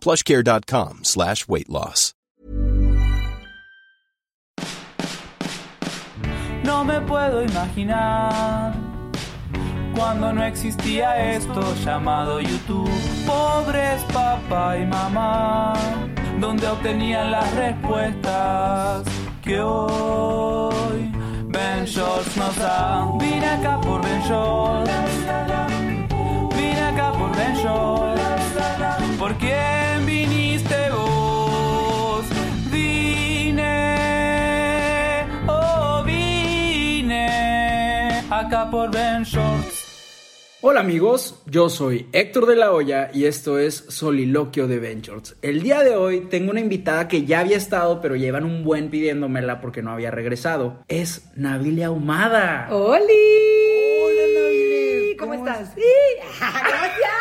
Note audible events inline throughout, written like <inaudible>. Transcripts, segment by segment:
plushcare.com slash weight loss. No me puedo imaginar cuando no existía esto llamado YouTube. Pobres papá y mamá, donde obtenían las respuestas que hoy Ben Shorts nos da. Vine acá por Ben Shorts, vine acá por Ben Shorts. ¿Por quién viniste vos? Vine, oh, vine acá por Ben Shorts. Hola amigos, yo soy Héctor de la Hoya y esto es Soliloquio de Ventures. El día de hoy tengo una invitada que ya había estado, pero llevan un buen pidiéndomela porque no había regresado. Es Nabilia Ahumada. ¡Holi! Hola, Nabile. ¿Cómo, ¿Cómo <laughs> estás? ¡Sí! <laughs> ¡Gracias!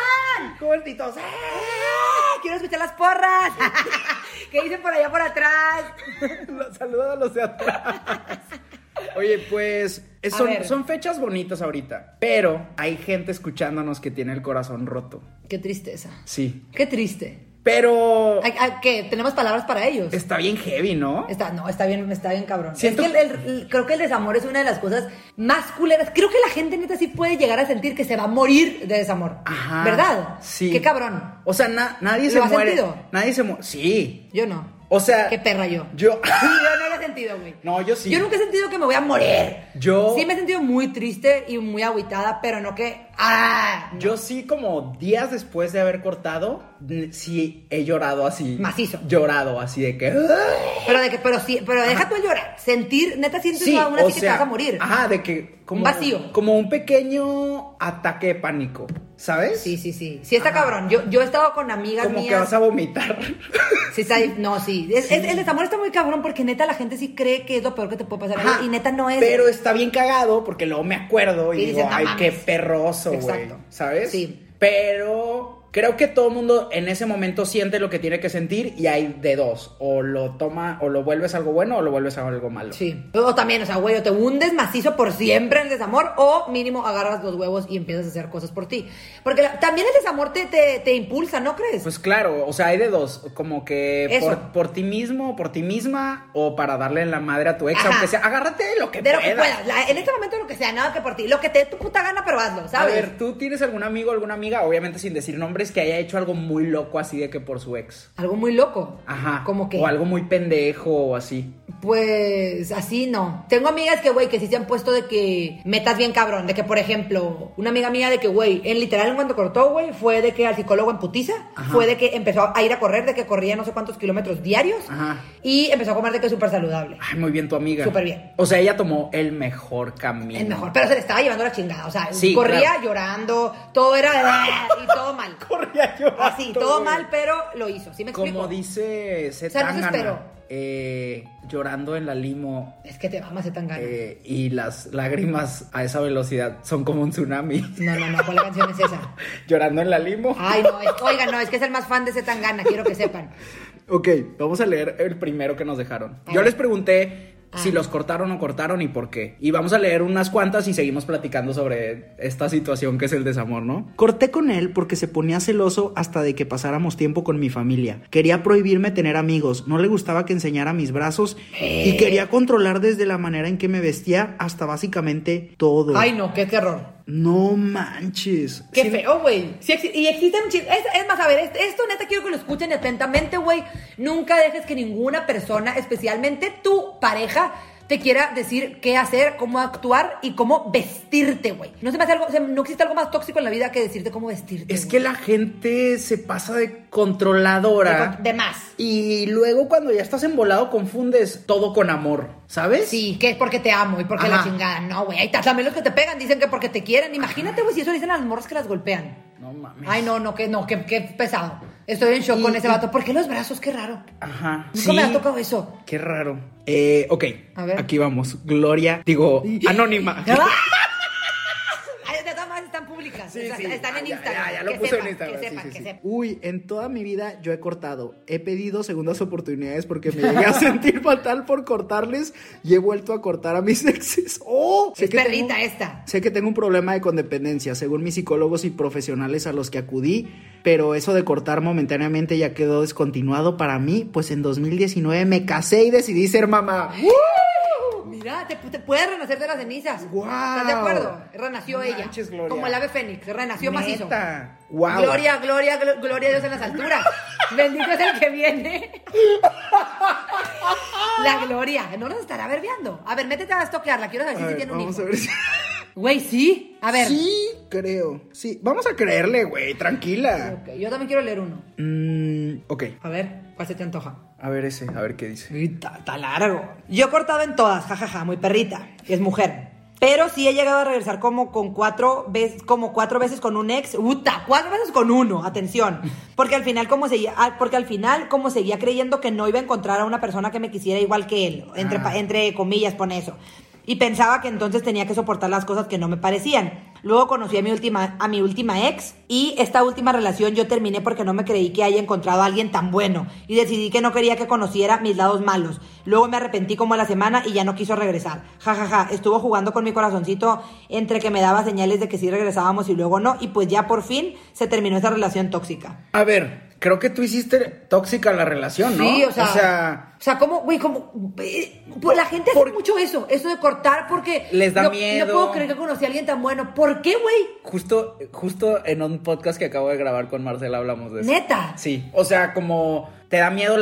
¿Cómo estás? Y todos, <laughs> ¡eh! ¡Quiero escuchar las porras! <laughs> ¿Qué dicen por allá por atrás? Saludos a los de atrás. Oye, pues es- A son, ver. son fechas bonitas ahorita, pero hay gente escuchándonos que tiene el corazón roto. ¡Qué tristeza! Sí. ¡Qué triste! Pero Ay, ay, ¿Qué? ¿Tenemos palabras para ellos? está bien heavy, ¿no? Está, no, está bien, está bien cabrón. Siento- Es que el- el- el- creo que el desamor es una de las cosas más culeras. Creo que la gente neta sí puede llegar a sentir que se va a morir de desamor. Ajá. ¿Verdad? Sí. ¡Qué cabrón! O sea, na- nadie ¿Lo se has muere. sentido? Nadie se muere. Sí. Yo no. O sea. ¡Qué perra yo! Yo. Sí, yo no lo he sentido, güey. <laughs> No, yo sí. Yo nunca he sentido que me voy a morir. Yo- Sí me he sentido muy triste y muy agüitada, pero no que... ¡Ah! Yo sí, como días después de haber cortado, n- sí he llorado así. Macizo. Llorado así de que. "Ay". Pero, de que, pero, sí, pero deja tú el llorar. Sentir, neta, sientes Sí, aún o así que te sea, vas a morir. Ajá, de que. Como, Un vacío. Como un pequeño ataque de pánico, ¿sabes? Sí, sí, sí. Sí está cabrón. Yo, yo he estado con amigas Como mías. que vas a vomitar. <laughs> Sí, está- no, sí. Es- es- el desamor está muy cabrón porque neta la gente sí cree que es lo peor que te puede pasar. Ajá. Y neta no es. Pero está bien cagado porque luego me acuerdo y, Y digo, dices, "No ay, qué mames". perroso, güey. Exacto. ¿Sabes? Sí. Pero creo que todo el mundo en ese momento siente lo que tiene que sentir y hay de dos. O lo toma, o lo vuelves algo bueno o lo vuelves a algo malo. Sí. O también, o sea, güey, o te hundes macizo por siempre en el desamor, o mínimo agarras los huevos y empiezas a hacer cosas por ti. Porque la- también el desamor te, te, te impulsa, ¿no crees? Pues claro, o sea, hay de dos, como que Eso. por, por ti mismo, por ti misma, o para darle la madre a tu ex, Ajá. aunque sea, agárrate de lo que de lo puedas. que puedas. La- en este momento lo que sea, nada que por ti. Lo que te dé tu puta gana, pero hazlo, A ¿sabes? ver, ¿tú tienes algún amigo, alguna amiga, obviamente sin decir nombres, que haya hecho algo muy loco así de que por su ex? Algo muy loco. Ajá. Como que. O algo muy pendejo o así. Pues así no. Tengo amigas que, güey, que sí se han puesto de que metas bien cabrón. De que, por ejemplo, una amiga mía de que, güey, en literal, en cuanto cortó, güey, fue de que al psicólogo en putiza, Ajá. fue de que empezó a ir a correr, de que corría no sé cuántos kilómetros diarios Ajá. Ah, y empezó a comer de que súper saludable. Ay, muy bien tu amiga. Súper bien. O sea, ella tomó el mejor camino. Es mejor, <laughs> pero se le estaba llevando la chingada. O sea, Sí, corría claro. llorando, todo era. y <laughs> todo mal. Corría yo. Así, Ah, todo mal, pero lo hizo. ¿Sí me explico? Como dice O sea, no se esperó. Zetangana, eh, llorando en la limo, Es que te vamos a tan ganas. Eh, y las lágrimas a esa velocidad son como un tsunami. <laughs> No, no, no, ¿cuál canción es esa? Llorando en la limo. Ay, no, es, oiga, no, es que es el más fan de Zetangana, quiero que sepan. Ok, vamos a leer el primero que nos dejaron. A Yo ver. les pregunté Ah. si los cortaron o cortaron y por qué. Y vamos a leer unas cuantas y seguimos platicando sobre esta situación que es el desamor, ¿no? Corté con él porque se ponía celoso hasta de que pasáramos tiempo con mi familia. Quería prohibirme tener amigos, no le gustaba que enseñara mis brazos Eh. y quería controlar desde la manera en que me vestía hasta básicamente todo. Ay, no, qué terror. No manches. Qué Sí, feo, güey. Sí exi- y existen chi- Es, es más, a ver, es- esto neta quiero que lo escuchen atentamente, güey. Nunca dejes que ninguna persona, especialmente tu pareja, te quiera decir qué hacer, cómo actuar y cómo vestirte, güey. No se me hace algo, se- no existe algo más tóxico en la vida que decirte cómo vestirte. Es güey. que la gente se pasa de controladora. De con- de más. Y luego cuando ya estás embolado confundes todo con amor, ¿sabes? Sí, que es porque te amo y porque la Ajá. chingada. No, güey. Ahí está. También los que te pegan dicen que porque te quieren. Imagínate, güey, si eso le dicen a las morras que las golpean. No mames. Ay, no, no, que no, que, que pesado. Estoy en shock Y- con ese y- vato. ¿Por qué los brazos? Qué raro. Ajá. Nunca me ha tocado eso. Qué raro. Eh, ok. A ver. Aquí vamos. Gloria, <laughs> digo, anónima. Ay, de todas maneras están públicas. Sí, o sea, sí. Están Ah, en ya, Instagram. ya, ya lo que puse sepan, en Instagram, Que sí, sepan, sí, que sí. sepan. Uy, en toda mi vida yo he cortado. He pedido segundas oportunidades porque me <laughs> llegué a sentir fatal por cortarles y he vuelto a cortar a mis <laughs> exes. ¡Oh! Es perrita tengo- esta. Sé que tengo un problema de condependencia, según mis psicólogos y profesionales a los que acudí, pero eso de cortar momentáneamente ya quedó descontinuado para mí, pues en 2019 me casé y decidí ser mamá. Mira, te, te puedes renacer de las cenizas. Guau. ¿Estás de acuerdo? Renació No ella. manches, Gloria. Como el ave fénix. Renació macizo. ¡Neta! ¡Wow! Gloria, gloria, glo- gloria a Dios en <laughs> las alturas. Bendito es el que viene. <laughs> La gloria. No nos estará verbiando. A ver, métete a estoquearla. Quiero saber A si ver, tiene un vamos hijo. a ver si... Güey, sí. A ver. Sí, creo. Sí, vamos a creerle, güey, tranquila. Ok, yo también quiero leer uno. Mm, ok, A ver, ¿cuál se te antoja? a ver ese, a ver qué dice. Está largo. Yo he cortado en todas, jajaja, muy perrita. Es mujer. Pero sí he llegado a regresar como con cuatro veces, como cuatro veces con un ex, puta, cuatro veces con uno, atención. Porque al final como seguía, ah, porque al final como seguía creyendo que no iba a encontrar a una persona que me quisiera igual que él, entre, Ah. pa- entre comillas pone eso. Y pensaba que entonces tenía que soportar las cosas que no me parecían. Luego conocí a mi última, a mi última ex y esta última relación yo terminé porque no me creí que haya encontrado a alguien tan bueno y decidí que no quería que conociera mis lados malos. Luego me arrepentí como a la semana y ya no quiso regresar. Ja, ja, ja. Estuvo jugando con mi corazoncito entre que me daba señales de que sí regresábamos y luego no. Y pues ya por fin se terminó esa relación tóxica. A ver, creo que tú hiciste tóxica la relación, ¿no? O sea, o sea, como, güey, como, pues la gente hace Por- mucho eso, eso de cortar porque Les da no- miedo. No puedo creer que conocí a alguien tan bueno. ¿Por qué, güey? justo, justo en un podcast que acabo de grabar con Marcela hablamos de eso. Neta. Sí, o sea, como te da miedo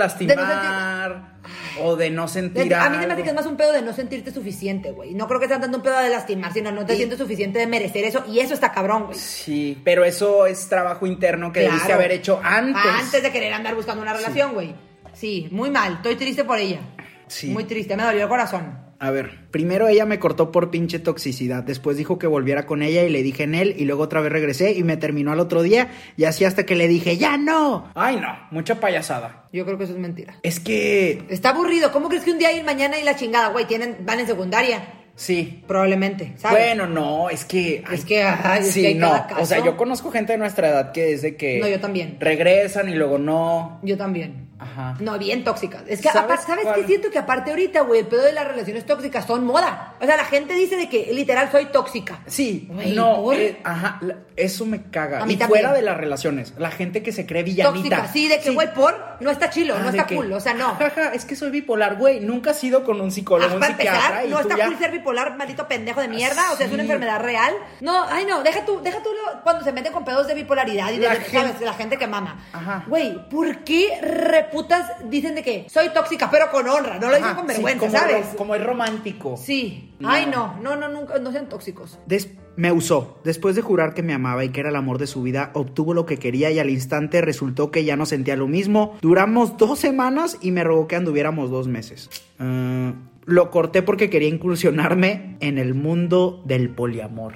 lastimar o de no sentir a mí se me hace algo. que es más un pedo de no sentirte suficiente, güey. No creo que están dando un pedo de lastimar, sino no te Y- sientes suficiente de merecer eso. Y eso está cabrón, güey. Sí, pero eso es trabajo interno que debiste Claro. haber hecho antes. Antes de querer andar buscando una relación, güey. Sí. muy mal. Estoy triste por ella. Sí. Muy triste, me dolió el corazón. A ver, primero ella me cortó por pinche toxicidad, después dijo que volviera con ella y le dije en él y luego otra vez regresé y me terminó al otro día y así hasta que le dije, ya no. Ay no, mucha payasada. Yo creo que eso es mentira. Es que... Está aburrido. ¿Cómo crees que un día ir mañana y la chingada, güey? Tienen, van en secundaria. Sí. Probablemente, ¿sabes? Bueno, no, es que... Es que, ay, es sí, que hay no. cada caso. O sea, yo conozco gente de nuestra edad que es de que... No, yo también. Regresan y luego no. Yo también. Ajá. No, bien tóxicas. Es que, ¿Sabes aparte, ¿sabes cuál? qué siento? Que aparte ahorita, güey, el pedo de las relaciones tóxicas son moda. O sea, la gente dice de que literal soy tóxica. Sí, Güey, no, ¿por? eh, ajá, la- eso me caga. A mí y también. fuera de las relaciones, la gente que se cree villanita. Tóxica, sí, de que, güey, por, no está chilo, Ah, no de está que, cool, o <laughs> sea, no. Jaja, es que soy bipolar, güey. Nunca has ido con un psicólogo, Ah, un para psiquiatra. empezar, y no tú está ya- cool ser bipolar, maldito pendejo de mierda. O sea, es una sí. enfermedad real. No, ay, no, deja tú, deja tú lo- cuando se meten con pedos de bipolaridad y de La la, gente- la gente que mama. Ajá. Güey, ¿por qué reputas dicen de que soy tóxica, pero con honra? No lo dicen Ajá, con sí, vergüenza, como ¿sabes? ro- como es romántico. Sí. No. Ay, no, no, no, nunca, no sean tóxicos. Des- me usó. Después de jurar que me amaba y que era el amor de su vida, obtuvo lo que quería y al instante resultó que ya no sentía lo mismo. Duramos dos semanas y me rogó que anduviéramos dos meses. Ah, lo corté porque quería incursionarme en el mundo del poliamor.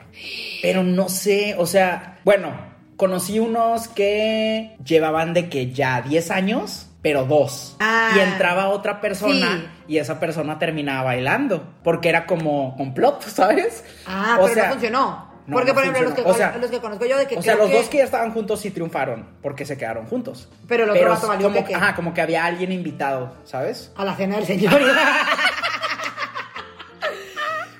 Pero no sé, o sea, bueno, conocí unos que llevaban de que ya 10 años, pero dos. Ah. y entraba otra persona y esa persona terminaba bailando, porque era como complot, <laughs> ¿sabes? Ah, O pero sea, no funcionó. no, Porque, no por ejemplo, funcionó. los, que, O sea, los que conozco yo de que o sea, creo los dos que ya estaban juntos sí triunfaron, porque se quedaron juntos. Pero el otro vato valió como, que- Ajá, como que había alguien invitado, ¿sabes? A la cena del señor.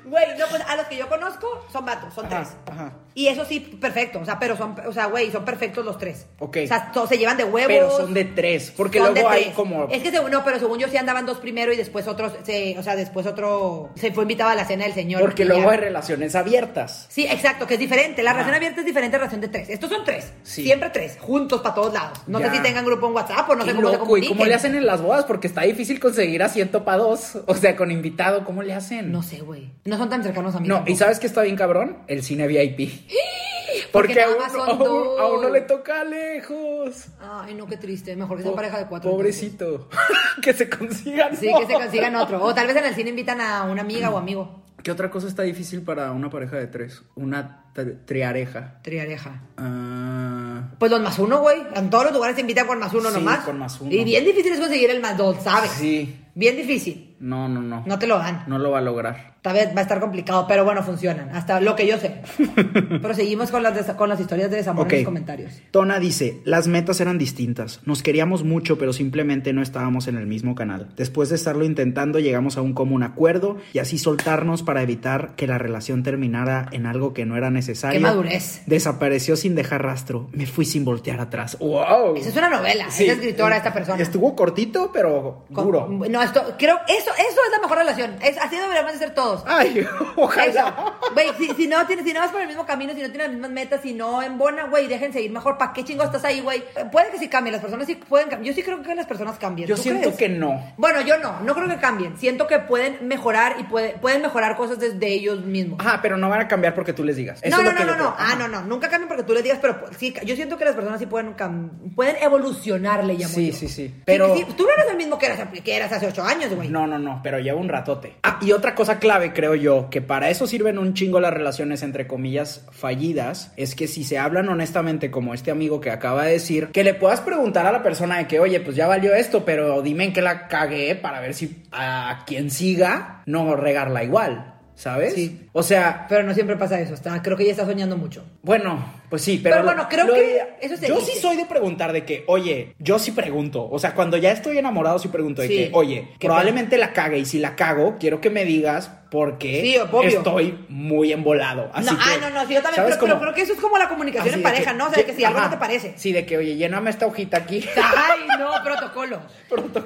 Güey, no, pues a los que yo conozco son vatos, son Ajá, tres. ajá. Y eso sí, perfecto. O sea, pero son, o sea, güey, son perfectos los tres. Ok. O sea, todos se llevan de huevos. Pero son de tres, porque son luego de hay tres. como... Es que según, no, pero según yo sí andaban dos primero y después otros, se, o sea, después otro se fue invitado a la cena del señor. porque Y luego ya. hay relaciones abiertas. Sí, exacto, que es diferente. La Ajá. relación abierta es diferente a la relación de tres. Estos son tres. Sí. Siempre tres, juntos para todos lados. No Ya. sé si tengan grupo en WhatsApp o no Qué sé cómo se loco, ¿y comuniquen. cómo le hacen en las bodas? Porque está difícil conseguir asiento para dos, o sea, con invitado, ¿cómo le hacen? No sé, güey. No son tan cercanos a mí. No, tampoco. y ¿sabes qué está bien cabrón? El cine VIP. <gasps> Porque Porque, a, nada uno, más son a uno- a uno dos. le toca lejos. Ay, no, qué triste. Mejor que sea pareja de cuatro. Pobrecito. <laughs> que se consigan. entonces. Sí, que se consigan otro. O tal vez en el cine invitan a una amiga o amigo. ¿Qué otra cosa está difícil para una pareja de tres? Una tri- triareja. Triareja. Ah, Ajá. Pues los más uno, güey. En todos los lugares se invitan con más uno Sí, nomás. con más uno. Y bien difícil es conseguir el más dos, ¿sabes? Sí. Bien difícil. No, no, no. No te lo dan. No lo va a lograr. Tal vez va a estar complicado, pero bueno, funcionan. Hasta lo que yo sé. <laughs> pero seguimos con las, desa- con las historias de desamor Ok. en los comentarios. Tona dice, las metas eran distintas. Nos queríamos mucho, pero simplemente no estábamos en el mismo canal. Después de estarlo intentando, llegamos a un común acuerdo y así soltarnos para evitar que la relación terminara en algo que no era necesario. ¡Qué madurez! Desapareció sin dejar rastro. Me fui sin voltear atrás. ¡Wow! Esa es una novela. Sí. eh, Esa es escritora, esta persona. Estuvo cortito, pero Con- duro. No, esto, creo, eso, eso es la mejor relación. Es, así deberíamos de ser todos. Ay, <laughs> ojalá. Eso. Güey, si, si no tienes, si no vas por el mismo camino, si no tienes las mismas metas, si no embona, güey, déjense ir mejor. ¿Para qué chingo estás ahí, güey? Eh, Puede que sí cambien, las personas sí pueden cambiar. Yo sí creo que las personas cambian. Yo ¿Tú siento crees? que no. Bueno, yo no, no creo que cambien. Siento que pueden mejorar y puede- pueden mejorar cosas desde ellos mismos. Ajá, pero no van a cambiar porque tú les digas. Ah, Eso no, es lo no, que no, yo no, no. creo. Ah, no, no. Nunca cambien porque tú les digas, pero sí, yo siento que las personas sí pueden, cam- pueden evolucionar, le llamo Sí, yo. sí, sí. Pero- Sí, sí, tú no eres el mismo que eras, que eras hace ocho años, güey. No, no, no, pero lleva un ratote. Ah, y otra cosa clave, creo yo, que para eso sirven un chingo las relaciones entre comillas fallidas, es que si se hablan honestamente, como este amigo que acaba de decir, que le puedas preguntar a la persona de que, oye, pues ya valió esto, pero dime en qué la cagué para ver si a quien siga no regarla igual, ¿sabes? Sí. O sea, Pero no siempre pasa eso. Está, creo que ya está soñando mucho. bueno, pues sí, pero. Pero lo- bueno, creo lo que de- eso se Yo dice. sí soy de preguntar de que, oye, yo sí pregunto. O sea, cuando ya estoy enamorado, sí pregunto de Sí. que, oye, ¿Qué probablemente la cague y si la cago, quiero que me digas por qué Sí, obvio. estoy muy embolado. Así no, que, ah, no, no, sí, yo también, ¿sabes pero, pero cómo? creo que eso es como la comunicación Así en de pareja, que- ¿no? O sea, de que si algo ajá. no te parece. Sí, de que, oye, lléname esta hojita aquí. Ay, no, protocolo.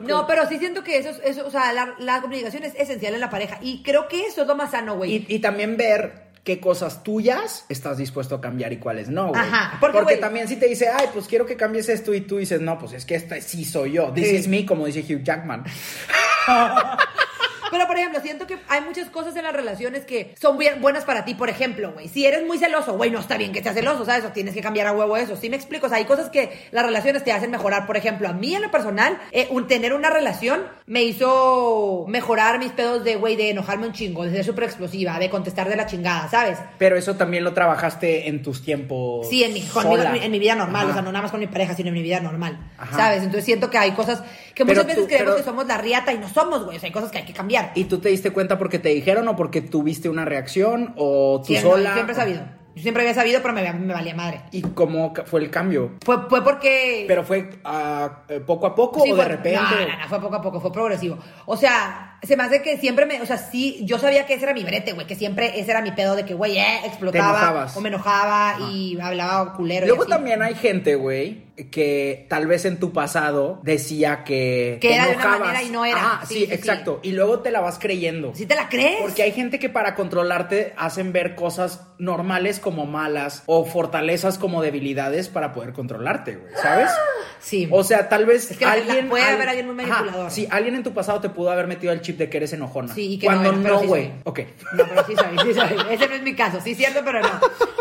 No, pero sí siento que eso, es- eso o sea, la, la comunicación es esencial en la pareja. Y creo que eso es lo más sano, güey. <laughs> Y, y también ver qué cosas tuyas estás dispuesto a cambiar y cuáles no, güey. Ajá, porque, Porque, güey- también si te dice, ay, pues quiero que cambies esto y tú dices, no, pues es que esta sí soy yo. This Sí. is me, como dice Hugh Jackman. Pero, por ejemplo, siento que hay muchas cosas en las relaciones que son bien buenas para ti. Por ejemplo, güey, si eres muy celoso, güey, no está bien que seas celoso, ¿sabes? O tienes que cambiar a huevo eso. Sí me explico. O sea, hay cosas que las relaciones te hacen mejorar. Por ejemplo, a mí en lo personal, eh, un, tener una relación me hizo mejorar mis pedos de, güey, de enojarme un chingo, de ser súper explosiva, de contestar de la chingada, ¿sabes? Pero eso también lo trabajaste en tus tiempos. Sí, en mi, conmigo- sola. en mi vida normal, Ajá. o sea, no nada más con mi pareja, sino en mi vida normal, Ajá. ¿sabes? Entonces siento que hay cosas que Pero muchas veces tú- creemos pero- que somos la riata y no somos, güey, o sea, hay cosas que hay que cambiar. ¿Y tú te diste cuenta porque te dijeron o porque tuviste una reacción o tú Sí, no, sola? Siempre he sabido. Yo siempre había sabido, pero me, me valía madre. ¿Y cómo ca- fue el cambio? Fue, fue porque... ¿Pero fue ah, eh, poco a poco Sí, o fue- de repente? No, no, no, fue poco a poco, fue progresivo. O sea, se me hace que siempre me... O sea, sí, yo sabía que ese era mi brete, güey, que siempre ese era mi pedo de que, güey, eh, Te explotaba. enojabas. o me enojaba y hablaba culero y Luego así. también hay gente, güey, que tal vez en tu pasado decía que. Que te era de una enojabas. manera y no era. Ah, Sí, sí, sí, sí. exacto. Y luego te la vas creyendo. ¿Sí te la crees? Porque hay gente que para controlarte hacen ver cosas normales como malas o fortalezas como debilidades para poder controlarte, güey, ¿sabes? Sí. O sea, tal vez Ah. Es que la- alguien puede haber alguien muy Ajá, manipulador. sí, alguien en tu pasado te pudo haber metido el chip de que eres enojona. Sí, y que cuando no era, pero no, sí güey. soy. ok. No, pero sí soy, sí soy. Ese no es mi caso, sí cierto, pero no.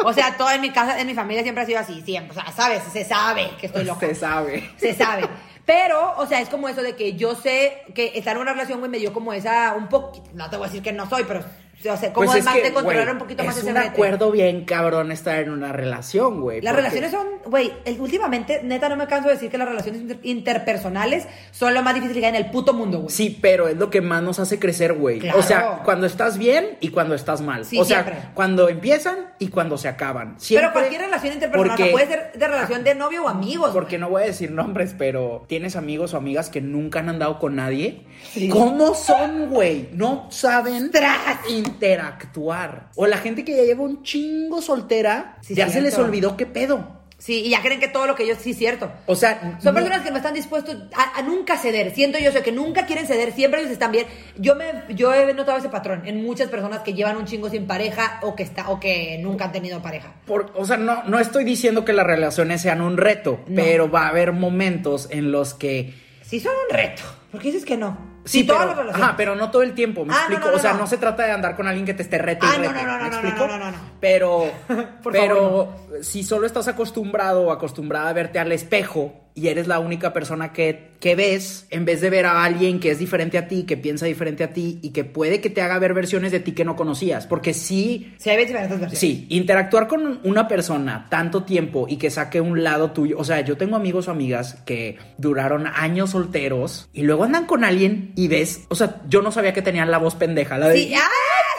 O sea, todo en mi casa, en mi familia siempre ha sido así, siempre. O sea, sabes, se sabe que estoy loca. Se sabe. Se sabe. Pero, o sea, es como eso de que yo sé que estar en una relación, güey, me dio como esa, un poquito, no te voy a decir que no soy, pero, o sea, como Pues es más que, de controlar güey, un poquito más es ese un brete. acuerdo bien cabrón estar en una relación, güey. Las porque- relaciones son, güey, el- últimamente, neta, no me canso de decir que las relaciones inter- interpersonales son lo más difícil que hay en el puto mundo, güey. Sí, pero es lo que más nos hace crecer, güey. Claro. O sea, cuando estás bien y cuando estás mal. Sí, o sea, siempre. cuando empiezan y cuando se acaban. Siempre, pero cualquier relación interpersonal, o sea, porque- puede ser de relación de novio o amigos. güey. Porque no voy a decir nombres, pero tienes amigos o amigas que nunca han andado con nadie. Sí. ¿Cómo son, güey? No saben Tras. interactuar. O la gente que ya lleva un chingo soltera, Sí, ya se cierto. les olvidó qué pedo. Sí, y ya creen que todo lo que ellos sí es cierto. O sea, no- Son personas que no están dispuestos a, a nunca ceder. Siento yo eso, que nunca quieren ceder. Siempre ellos están bien. Yo me, yo he notado ese patrón en muchas personas que llevan un chingo sin pareja o que está, o que nunca han tenido pareja. Por- o sea, no, no estoy diciendo que las relaciones sean un reto, No. pero va a haber momentos en los que. Sí, son un reto. ¿Por qué dices que no? Sí, todas pero, las relaciones. ajá, pero no todo el tiempo, me Ah, no, explico. no, no, o sea, no. no. se trata de andar con alguien que te esté reto y Ah, no, rete, no, no, ¿me no, no, explico? no, no, no. Pero, <laughs> Por pero si solo estás acostumbrado o acostumbrada a verte al espejo y eres la única persona que, que ves, en vez de ver a alguien que es diferente a ti, que piensa diferente a ti y que puede que te haga ver versiones de ti que no conocías. Porque sí, Sí, hay diferentes versiones. Sí, interactuar con una persona tanto tiempo y que saque un lado tuyo. O sea, yo tengo amigos o amigas que duraron años solteros y luego andan con alguien y ves, o sea, yo no sabía que tenían la voz pendeja, la de... Sí, ¡ah!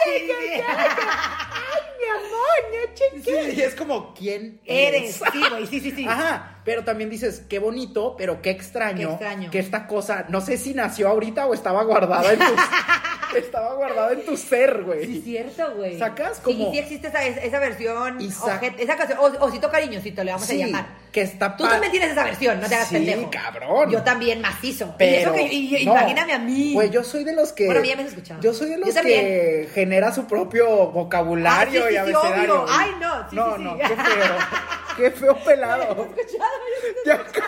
sí, sí. Sí, y es como, ¿quién Eres, sí, güey, sí, sí, sí. Ajá, pero también dices, qué bonito, pero qué extraño, Qué extraño. que esta cosa, no sé si nació ahorita o estaba guardada en tu, <laughs> estaba guardada en tu ser, güey. Sí, es cierto, güey. Sacas Sí, como- y sí existe esa, esa versión, Y sac- ojet- esa canción, o- osito cariñosito, le vamos Sí, a llamar. que está Tú pa- también tienes esa versión, no te hagas Sí, pendejo. cabrón. Yo también macizo. Pero, y eso que, y- y- no. imagíname a mí. Güey, yo soy de los que. Bueno, a mí ya me has escuchado. Yo soy de los Yo también. que genera su propio vocabulario Ah, sí, sí, y sí, abecedario. obvio. güey. Ay, no, sí, no, sí, no, sí. qué <laughs> feo. Ah. Qué feo pelado. Ya- ¡Tras!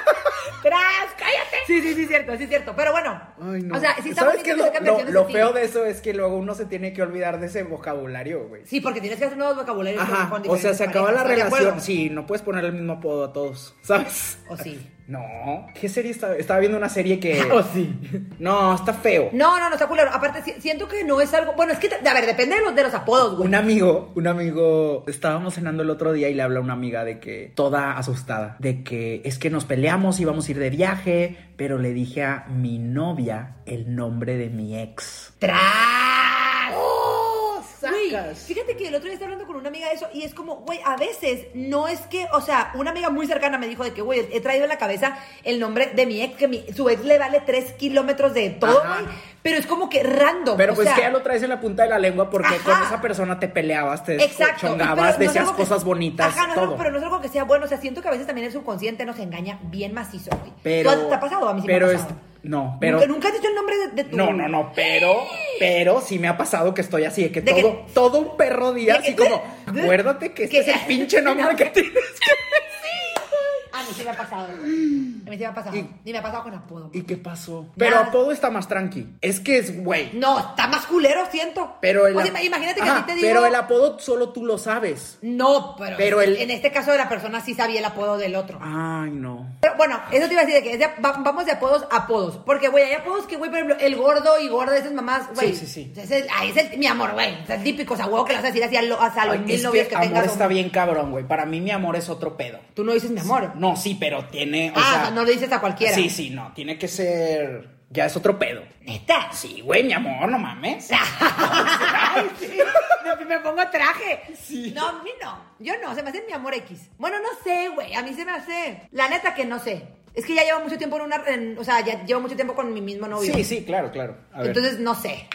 ¡Cállate! Sí, sí, sí, cierto, sí, cierto. Pero bueno, Ay, no. o sea, sí está ¿Sabes bonito qué? que Lo, saquen lo, versiones lo así. feo de eso es que luego uno se tiene que olvidar de ese vocabulario, güey. Sí, porque tienes que hacer nuevos vocabularios. Ajá. con O sea, diferentes se acaba la parejas, ¿estás de relación. acuerdo? Sí, no puedes poner el mismo apodo a todos, ¿sabes? O sí. No. ¿Qué serie estaba? Estaba viendo una serie <laughs> que. O sí. No, está feo. No, no, no, está culero. Aparte, si- siento que no es algo. Bueno, es que, t- a ver, depende de los, de los apodos, güey. Un amigo, un amigo, estábamos cenando el otro día y le habla a una amiga de que, toda asustada, de que es que nos peleamos, íbamos a ir de viaje, pero le dije a mi novia el nombre de mi ex. ¡Tras! Güey, ¡Oh, sacas. fíjate que el otro día estaba hablando con una amiga de eso y es como, güey, a veces no es que, o sea, una amiga muy cercana me dijo de que, güey, he traído en la cabeza el nombre de mi ex, que mi- su ex le vale tres kilómetros de todo, Ajá. güey, pero es como que random. Pero o pues sea, que ya lo traes en la punta de la lengua porque Ajá. con esa persona te peleabas, te Exacto. chongabas, Pero no es decías algo que- cosas bonitas, Ajá, no es todo. algo- pero no es algo que sea bueno. O sea, siento que a veces también el subconsciente nos engaña bien macizo, güey. Pero- ¿Tú has- ¿Te ha pasado? A mí sí pero me ha es- pasado. no, pero- Nunca, nunca has dicho el nombre de, de tu... No, no, no, pero, pero sí me ha pasado que estoy así, de que De que- todo, todo un perro día, de que- así como, acuérdate que este que- es el <laughs> pinche nombre que tienes. A mí Ah, sí me ha pasado. güey. A mí sí me ha pasado. Y- Y, me ha pasado con apodo. ¿Y qué pasó? Pero Nada. apodo está más tranqui. Es que es güey. No, está más culero, siento. Pero el O sea, ap- ima- imagínate que Ajá, a ti te digo... Pero el apodo solo tú lo sabes. No, pero, Pero el- en este caso de la persona sí sabía el apodo del otro. Ay, no. Pero bueno, eso te iba a decir de que es de- va- vamos de apodos a apodos. Porque, güey, hay apodos que, güey, por ejemplo, el gordo y gorda de esas mamás, güey. Sí, sí, sí. Ese Es ahí es el, mi amor, güey. Es el típico, o sea, huevo que las vas a decir así a, lo- hasta a los Ay, mil es novios que que amor tengas. o- está bien cabrón, güey. Para mí mi amor es otro pedo. Tú no dices mi amor. No, sí, pero tiene, o ah, sea, o sea, no lo dices a cualquiera. Sí, sí, no, tiene que ser ya es otro pedo. Neta. Sí, güey, mi amor, no mames. Ay, sí. Me, me pongo traje. No, a mí no. Yo no, se me hace mi amor X. Bueno, no sé, güey. A mí se me hace. La neta que no sé. Es que ya llevo mucho tiempo en una. en- o sea, ya llevo mucho tiempo con mi mismo novio. Sí, sí, claro, claro. A ver. Entonces, no sé.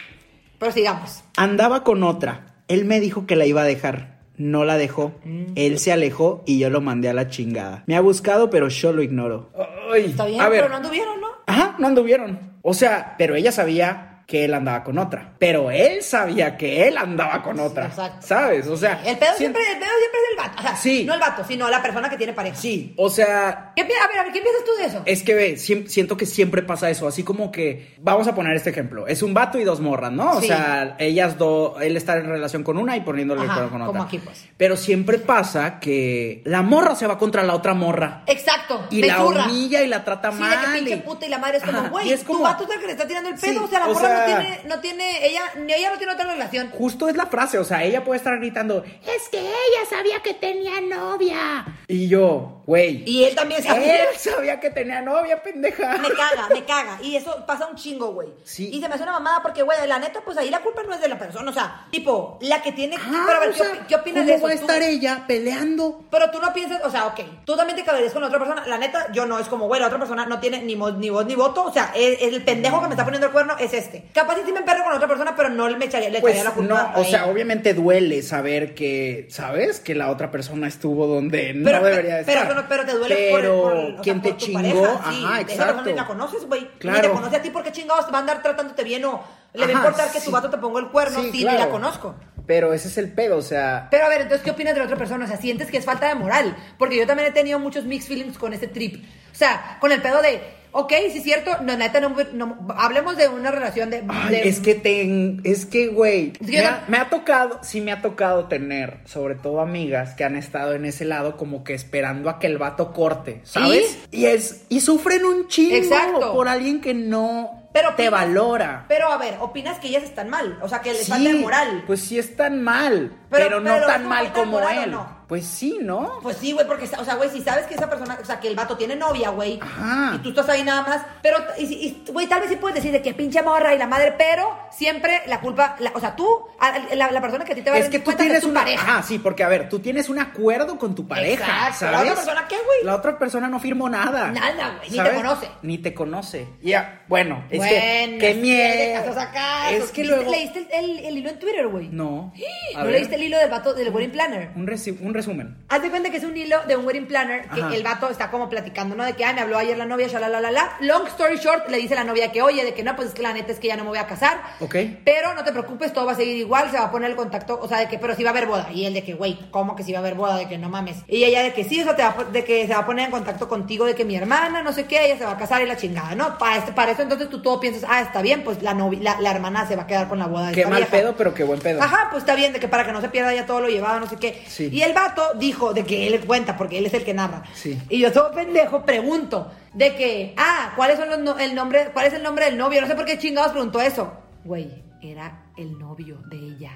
Pero sigamos. Andaba con otra. Él me dijo que la iba a dejar. No la dejó. Él se alejó y yo lo mandé a la chingada. Me ha buscado, pero yo lo ignoro. Está bien, a ver. pero no anduvieron, ¿no? Ajá, no anduvieron. O sea, pero ella sabía que él andaba con otra. Pero él sabía que él andaba con otra. exacto. ¿Sabes? O sea. El pedo, sien- siempre, el pedo siempre es el vato. O sea, Sí. no el vato, sino la persona que tiene pareja. Sí, Eh, o sea. ¿Qué pi- a ver, a ver, ¿qué piensas tú de eso? Es que ve, siem- siento que siempre pasa eso, así como que vamos a poner este ejemplo, es un vato y dos morras, ¿no? O Sí. sea, ellas dos, él está en relación con una y poniéndole el Ajá, cuerno con otra. como aquí, pues. Pero siempre pasa que la morra se va contra la otra morra Exacto. y me la zurra. humilla y la trata Sí, de mal. que pinche y- puta y la madre es como, Ajá, y güey, es como- tu vato es el que le está tirando el pedo. Sí, o sea, la o morra sea- no tiene, no tiene, ella, ni ella no tiene otra relación. Justo es la frase, o sea, ella puede estar gritando, es que ella sabía que tenía novia. Y yo, güey, Y él también sabe. él <laughs> sabía que tenía novia, pendeja. Me caga, me caga. Y eso pasa un chingo, güey. Sí. Y se me hace una mamada porque, güey, la neta, pues ahí la culpa no es de la persona. O sea, tipo, la que tiene. Ajá, pero a ver, Ah, o ¿qué, sea, opi- qué opinas ¿cómo de eso? va a Tú- Pues, estar ella peleando? Pero tú no piensas, o sea, ok, tú también te caberías con la otra persona. La neta, yo no, es como, güey, la otra persona no tiene ni, mo- ni voz ni voto. O sea, el, el pendejo que me está poniendo el cuerno es este. Capaz y sí me emperro con la otra persona, pero no me echaría, le Pues echaría la culpa. no, o a sea, él. obviamente duele saber que, ¿sabes? Que la otra persona estuvo donde Pero- no debería de pero- estar. pero- pero te duele por el- Pero por el- o sea, ¿quién por te tu chingó? pareja, sí. Ajá, Esa persona exacto. ni la conoces, güey. Ni te Claro. conoce a ti, porque chingados va a andar tratándote bien o le va a Ajá, importar que sí. tu vato te ponga el cuerno Sí, si ni la claro. conozco. Pero ese es el pedo, o sea, Pero a ver, entonces, ¿qué opinas de la otra persona? O sea, ¿sientes que es falta de moral? Porque yo también he tenido muchos mixed feelings con este trip. O sea, con el pedo de, ok, sí es cierto, no, neta, no, no- hablemos de una relación de... Ay, de- es que ten, es que güey, Es que me, yo ha, no- me ha tocado, sí me ha tocado tener, sobre todo amigas que han estado en ese lado como que esperando a que el vato corte, ¿sabes? Y es y sufren un chingo Exacto. por alguien que no Pero te opinas- valora. Pero a ver, opinas que ellas están mal, o sea, que les Sí, falta de moral. Pues, Pues sí es tan mal, pero, Pero- no pero tan ¿cómo mal falta de como moral o él. no? Pues sí, ¿no? sí, güey, porque, o sea, güey, si sabes que esa persona, o sea, que el vato tiene novia, güey, Ajá. y tú estás ahí nada más, pero, y si- y, güey, tal vez sí puedes decir de que pinche morra y la madre, pero siempre la culpa, la- o sea, tú, a- la, la persona que a ti te va a Es dar que tú cuenta tienes es tu una pareja. Ajá, sí, porque a ver, tú tienes un acuerdo con tu pareja, Exacto. ¿La ¿sabes? otra persona qué, güey? La otra persona no firmó nada. Nada, güey, ni te ¿sabes? conoce. Ni te conoce. Ya, bueno, es que Bueno, qué sí, miedo. estás acá, es estás- que ¿Viste- luego ¿Leíste el, el- el hilo en Twitter, güey? <gasps> no. A ¿No ver, leíste el hilo del vato del wedding planner? un, resi- un resumen. Haz de cuenta que es un hilo de un wedding planner que Ajá. el vato está como platicando, ¿no? De que, ay, me habló ayer la novia, ya la, la, la, la. Long story short, le dice la novia que, oye, de que no, pues es que la neta es que ya no me voy a casar. Ok. Pero no te preocupes, todo va a seguir igual, se va a poner el contacto, o sea, de que, pero sí va a haber boda. Y él de que, güey, ¿cómo que sí va a haber boda? De que no mames. Y ella de que sí, eso te va, a po- de que se va a poner en contacto contigo, de que mi hermana, no sé qué, ella se va a casar y la chingada, ¿no? Para, este, para eso entonces tú todo piensas, ah, está bien, pues la, novi- la, la hermana se va a quedar con la boda de Qué esta mal vieja. pedo, pero qué buen pedo. Ajá, pues está bien, de que para que no se pierda ya todo lo llevado, no sé qué. Sí. Y el vato dijo de que él cuenta, porque él es el que narra. Sí. Y yo todo pendejo pregunto de que, ah, ¿cuáles son los no- el nombre, cuál es el nombre del novio? No sé por qué chingados preguntó eso. Güey, era el novio de ella.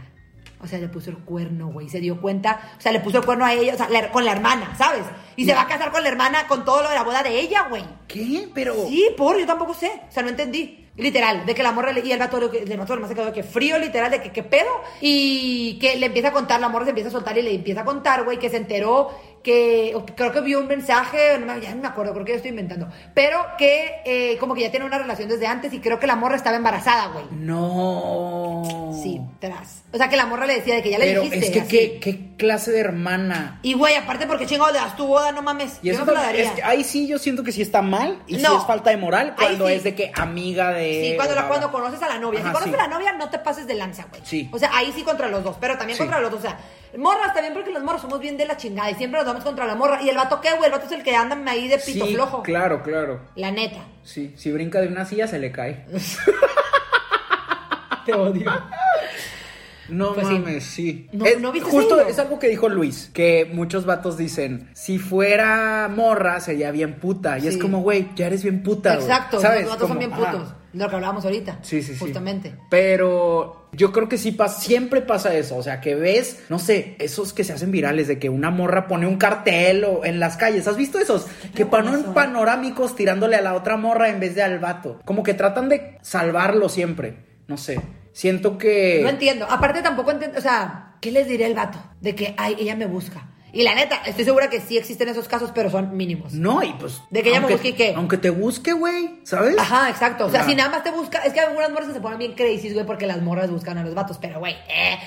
O sea, le puso el cuerno, güey. Se dio cuenta. O sea, le puso el cuerno a ella, o sea, la- con la hermana, ¿sabes? Y se va a casar con la hermana con todo lo de la boda de ella, güey. ¿Qué? Pero Sí, por, yo tampoco sé. O sea, no entendí. Literal, de que la morra le- y el vato, le- el vato nomás se quedó de que frío, literal, de que qué pedo. Y que le empieza a contar, la morra se empieza a soltar y le empieza a contar, güey, que se enteró, que o que creo que vio un mensaje, no me, ya no me acuerdo, creo que yo estoy inventando. Pero que eh, como que ya tiene una relación desde antes y creo que la morra estaba embarazada, güey. no. Sí, tras. O sea, que la morra le decía de que ya le pero dijiste. es que así. qué qué clase de hermana. Y güey, aparte porque chingado le das tu boda, no mames. Y yo eso no te la tam- daría. es que ahí sí yo siento que sí está mal y sí No. es falta de moral Ahí cuando sí. es de que amiga de Sí, cuando, la, bla, cuando bla. conoces a la novia. Eh, Ajá, si conoces sí. a la novia, no te pases de lanza, güey. Sí. O sea, ahí sí contra los dos, pero también Sí. contra los dos. O sea, morras también, porque los morros somos bien de la chingada y siempre nos damos contra la morra. ¿Y el vato qué, güey? El vato es el que anda ahí de pito Sí, flojo. Claro, claro. La neta. Sí, si brinca de una silla se le cae. <laughs> Te odio. No Pues sí. mames, sí. No- es, ¿no viste ese justo hilo? es algo que dijo Luis, que muchos vatos dicen, si fuera morra sería bien puta y es Sí. como, güey, ya eres bien puta, güey. Exacto. ¿Sabes? Los vatos son Como, bien ajá. putos. De lo que hablábamos ahorita. Sí, sí, sí. Justamente. Pero yo creo que sí pasa, siempre pasa eso. O sea, que ves, no sé, esos que se hacen virales de que una morra pone un cartel o en las calles. ¿Has visto esos? Que ponen panorámicos tirándole a la otra morra en vez de al vato. Como que tratan de salvarlo siempre. No sé. Siento que. No entiendo. Aparte tampoco entiendo, o sea, ¿qué les diré el vato? De que, ay, ella me busca. Y la neta, estoy segura que sí existen esos casos, pero son mínimos. No, y pues. De que ella me aunque- busque y qué. Aunque te busque, güey. ¿Sabes? Ajá, exacto. O sea, Ajá. si nada más te busca. Es que algunas morras se ponen bien crazy, güey, porque las morras buscan a los vatos. Pero, güey, eh,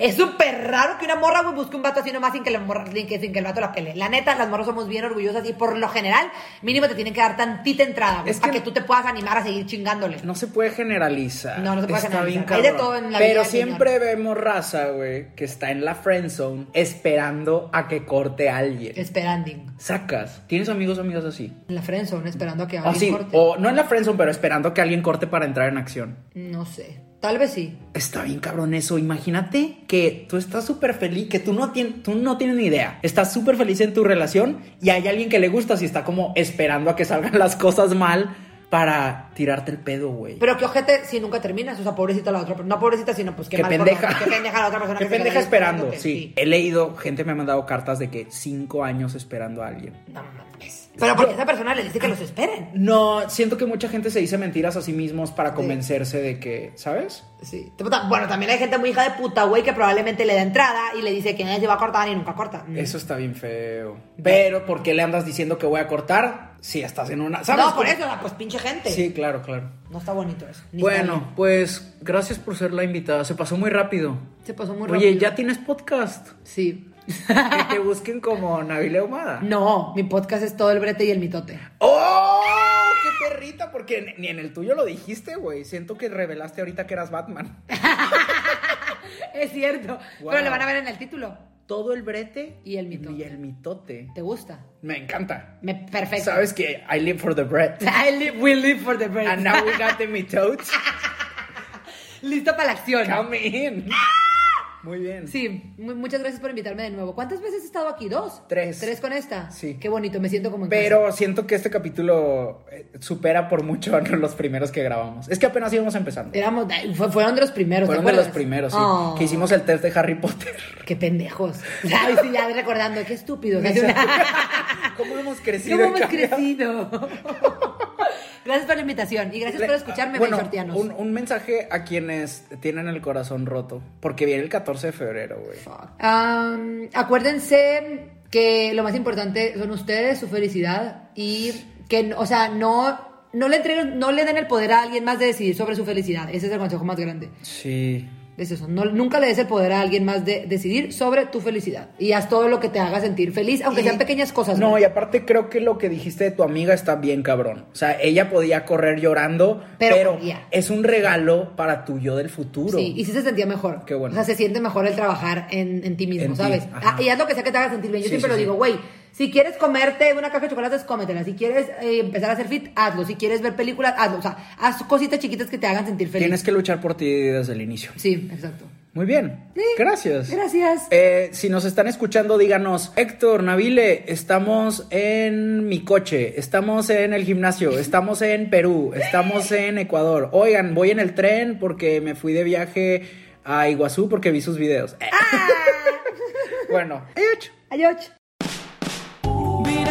es súper raro que una morra, güey, busque un vato así nomás sin que, la morra, sin, que, sin que el vato la pele. La neta, las morras somos bien orgullosas y por lo general, mínimo te tienen que dar tantita entrada, güey, Es para que- que tú te puedas animar a seguir chingándole. No se puede generalizar. No, no se puede Está generalizar. bien Hay de cabrón. todo en la Pero vida, siempre vemos raza, güey, que está en la friend zone esperando a que corte a alguien. Esperanding. Sacas. ¿Tienes amigos o amigas así? En la friendzone, esperando a que O alguien Ah, sí, corte. o no en la friend zone, pero esperando que alguien corte para entrar en acción. No sé. Tal vez sí. Está bien cabrón eso. Imagínate que tú estás súper feliz, que tú no, tien- tú no tienes ni idea. Estás súper feliz en tu relación y hay alguien que le gusta y está como esperando a que salgan las cosas mal para tirarte el pedo, güey. Pero qué ojete si nunca terminas. O sea, pobrecita la otra. No pobrecita, sino pues qué, Qué mal por pendeja. la- Qué pendeja la otra <laughs> persona. Qué que se pendeja quedó esperando. esperándote. Sí. He leído, gente me ha mandado cartas de que cinco años esperando a alguien. No mames. Pero porque esa persona le dice que los esperen. No, siento que mucha gente se dice mentiras a sí mismos para convencerse de que, ¿sabes? Sí. Bueno, también hay gente muy hija de puta, güey, que probablemente le da entrada y le dice que nadie se va a cortar y nunca corta. Mm. Eso está bien feo. Pero, ¿por qué le andas diciendo que voy a cortar si estás en una... ¿sabes? No, por Como- eso, pues pinche gente. Sí, claro, claro. No está bonito eso. Ni está Bueno, pues gracias por ser la invitada. Se pasó muy rápido. bien. Se pasó muy Oye, rápido. ya tienes podcast. Sí. que te busquen como Nabila Ahumada. No, mi podcast es todo el brete y el mitote. ¡Oh! ¡Qué perrita! Porque ni- ni en el tuyo lo dijiste, güey. Siento que revelaste ahorita que eras Batman. <laughs> Es cierto. Wow. Pero le van a ver en el título. todo el brete Y el mitote. Y el mitote. ¿Te gusta? Me encanta. Me, perfecto. Sabes Ah, que I live for the bread. <laughs> I live- we live for the bread. And now we got the mitote. <laughs> Listo para la acción. Come in. ¡Ah! Muy bien. Sí, mu- muchas gracias por invitarme de nuevo. ¿Cuántas veces he estado aquí? ¿Dos? Tres. ¿Tres con esta? Sí. Qué bonito, me siento como en casa. Pero siento que este capítulo eh, supera por mucho a los primeros que grabamos. Es que apenas íbamos empezando. Éramos, fue- fueron de los primeros, ¿te Fueron de los acuerdas? primeros, sí. Oh, Que hicimos el test de Harry <laughs> Potter. <laughs> Qué pendejos. Ay, sí, ya recordando, <laughs> qué estúpidos. <laughs> ¿Cómo hemos crecido? ¿Cómo y hemos cambiado? crecido? <laughs> gracias por la invitación y gracias por escucharme, bueno, Bensortianos. un, un mensaje a quienes tienen el corazón roto. Porque viene el 14 de febrero, güey. Am, acuérdense que lo más importante son ustedes, su felicidad y que, o sea, no... No le, entreguen, no le den el poder a alguien más de decidir sobre su felicidad. Ese es el consejo más grande. Sí. Es eso, no- nunca le des el poder a alguien más de decidir sobre tu felicidad. Y haz todo lo que te haga sentir feliz, Y- aunque sean pequeñas cosas. No, güey. y aparte creo que lo que dijiste de tu amiga está bien cabrón. O sea, ella podía correr llorando, Pero pero, corría. es un regalo para tu yo del futuro. Sí, y sí se sentía mejor. Qué bueno. O sea, se siente mejor el trabajar en, en ti mismo, En ti, ¿sabes? ajá. Ah, y haz lo que sea que te haga sentir bien. Yo Sí, siempre sí, lo sí. digo, güey, si quieres comerte una caja de chocolates, cómetela. Si quieres eh, empezar a hacer fit, hazlo. Si quieres ver películas, hazlo. O sea, haz cositas chiquitas que te hagan sentir feliz. Tienes que luchar por ti desde el inicio. Sí, exacto. Muy bien. Sí. Gracias. Gracias. Eh, si nos están escuchando, díganos, Héctor, Navile, estamos en mi coche, estamos en el <laughs> gimnasio, estamos en Perú, estamos en Ecuador. Oigan, voy en el tren porque me fui de viaje a Iguazú porque vi sus videos. Eh, Ah. <laughs> Bueno, adiós. Adiós. Vine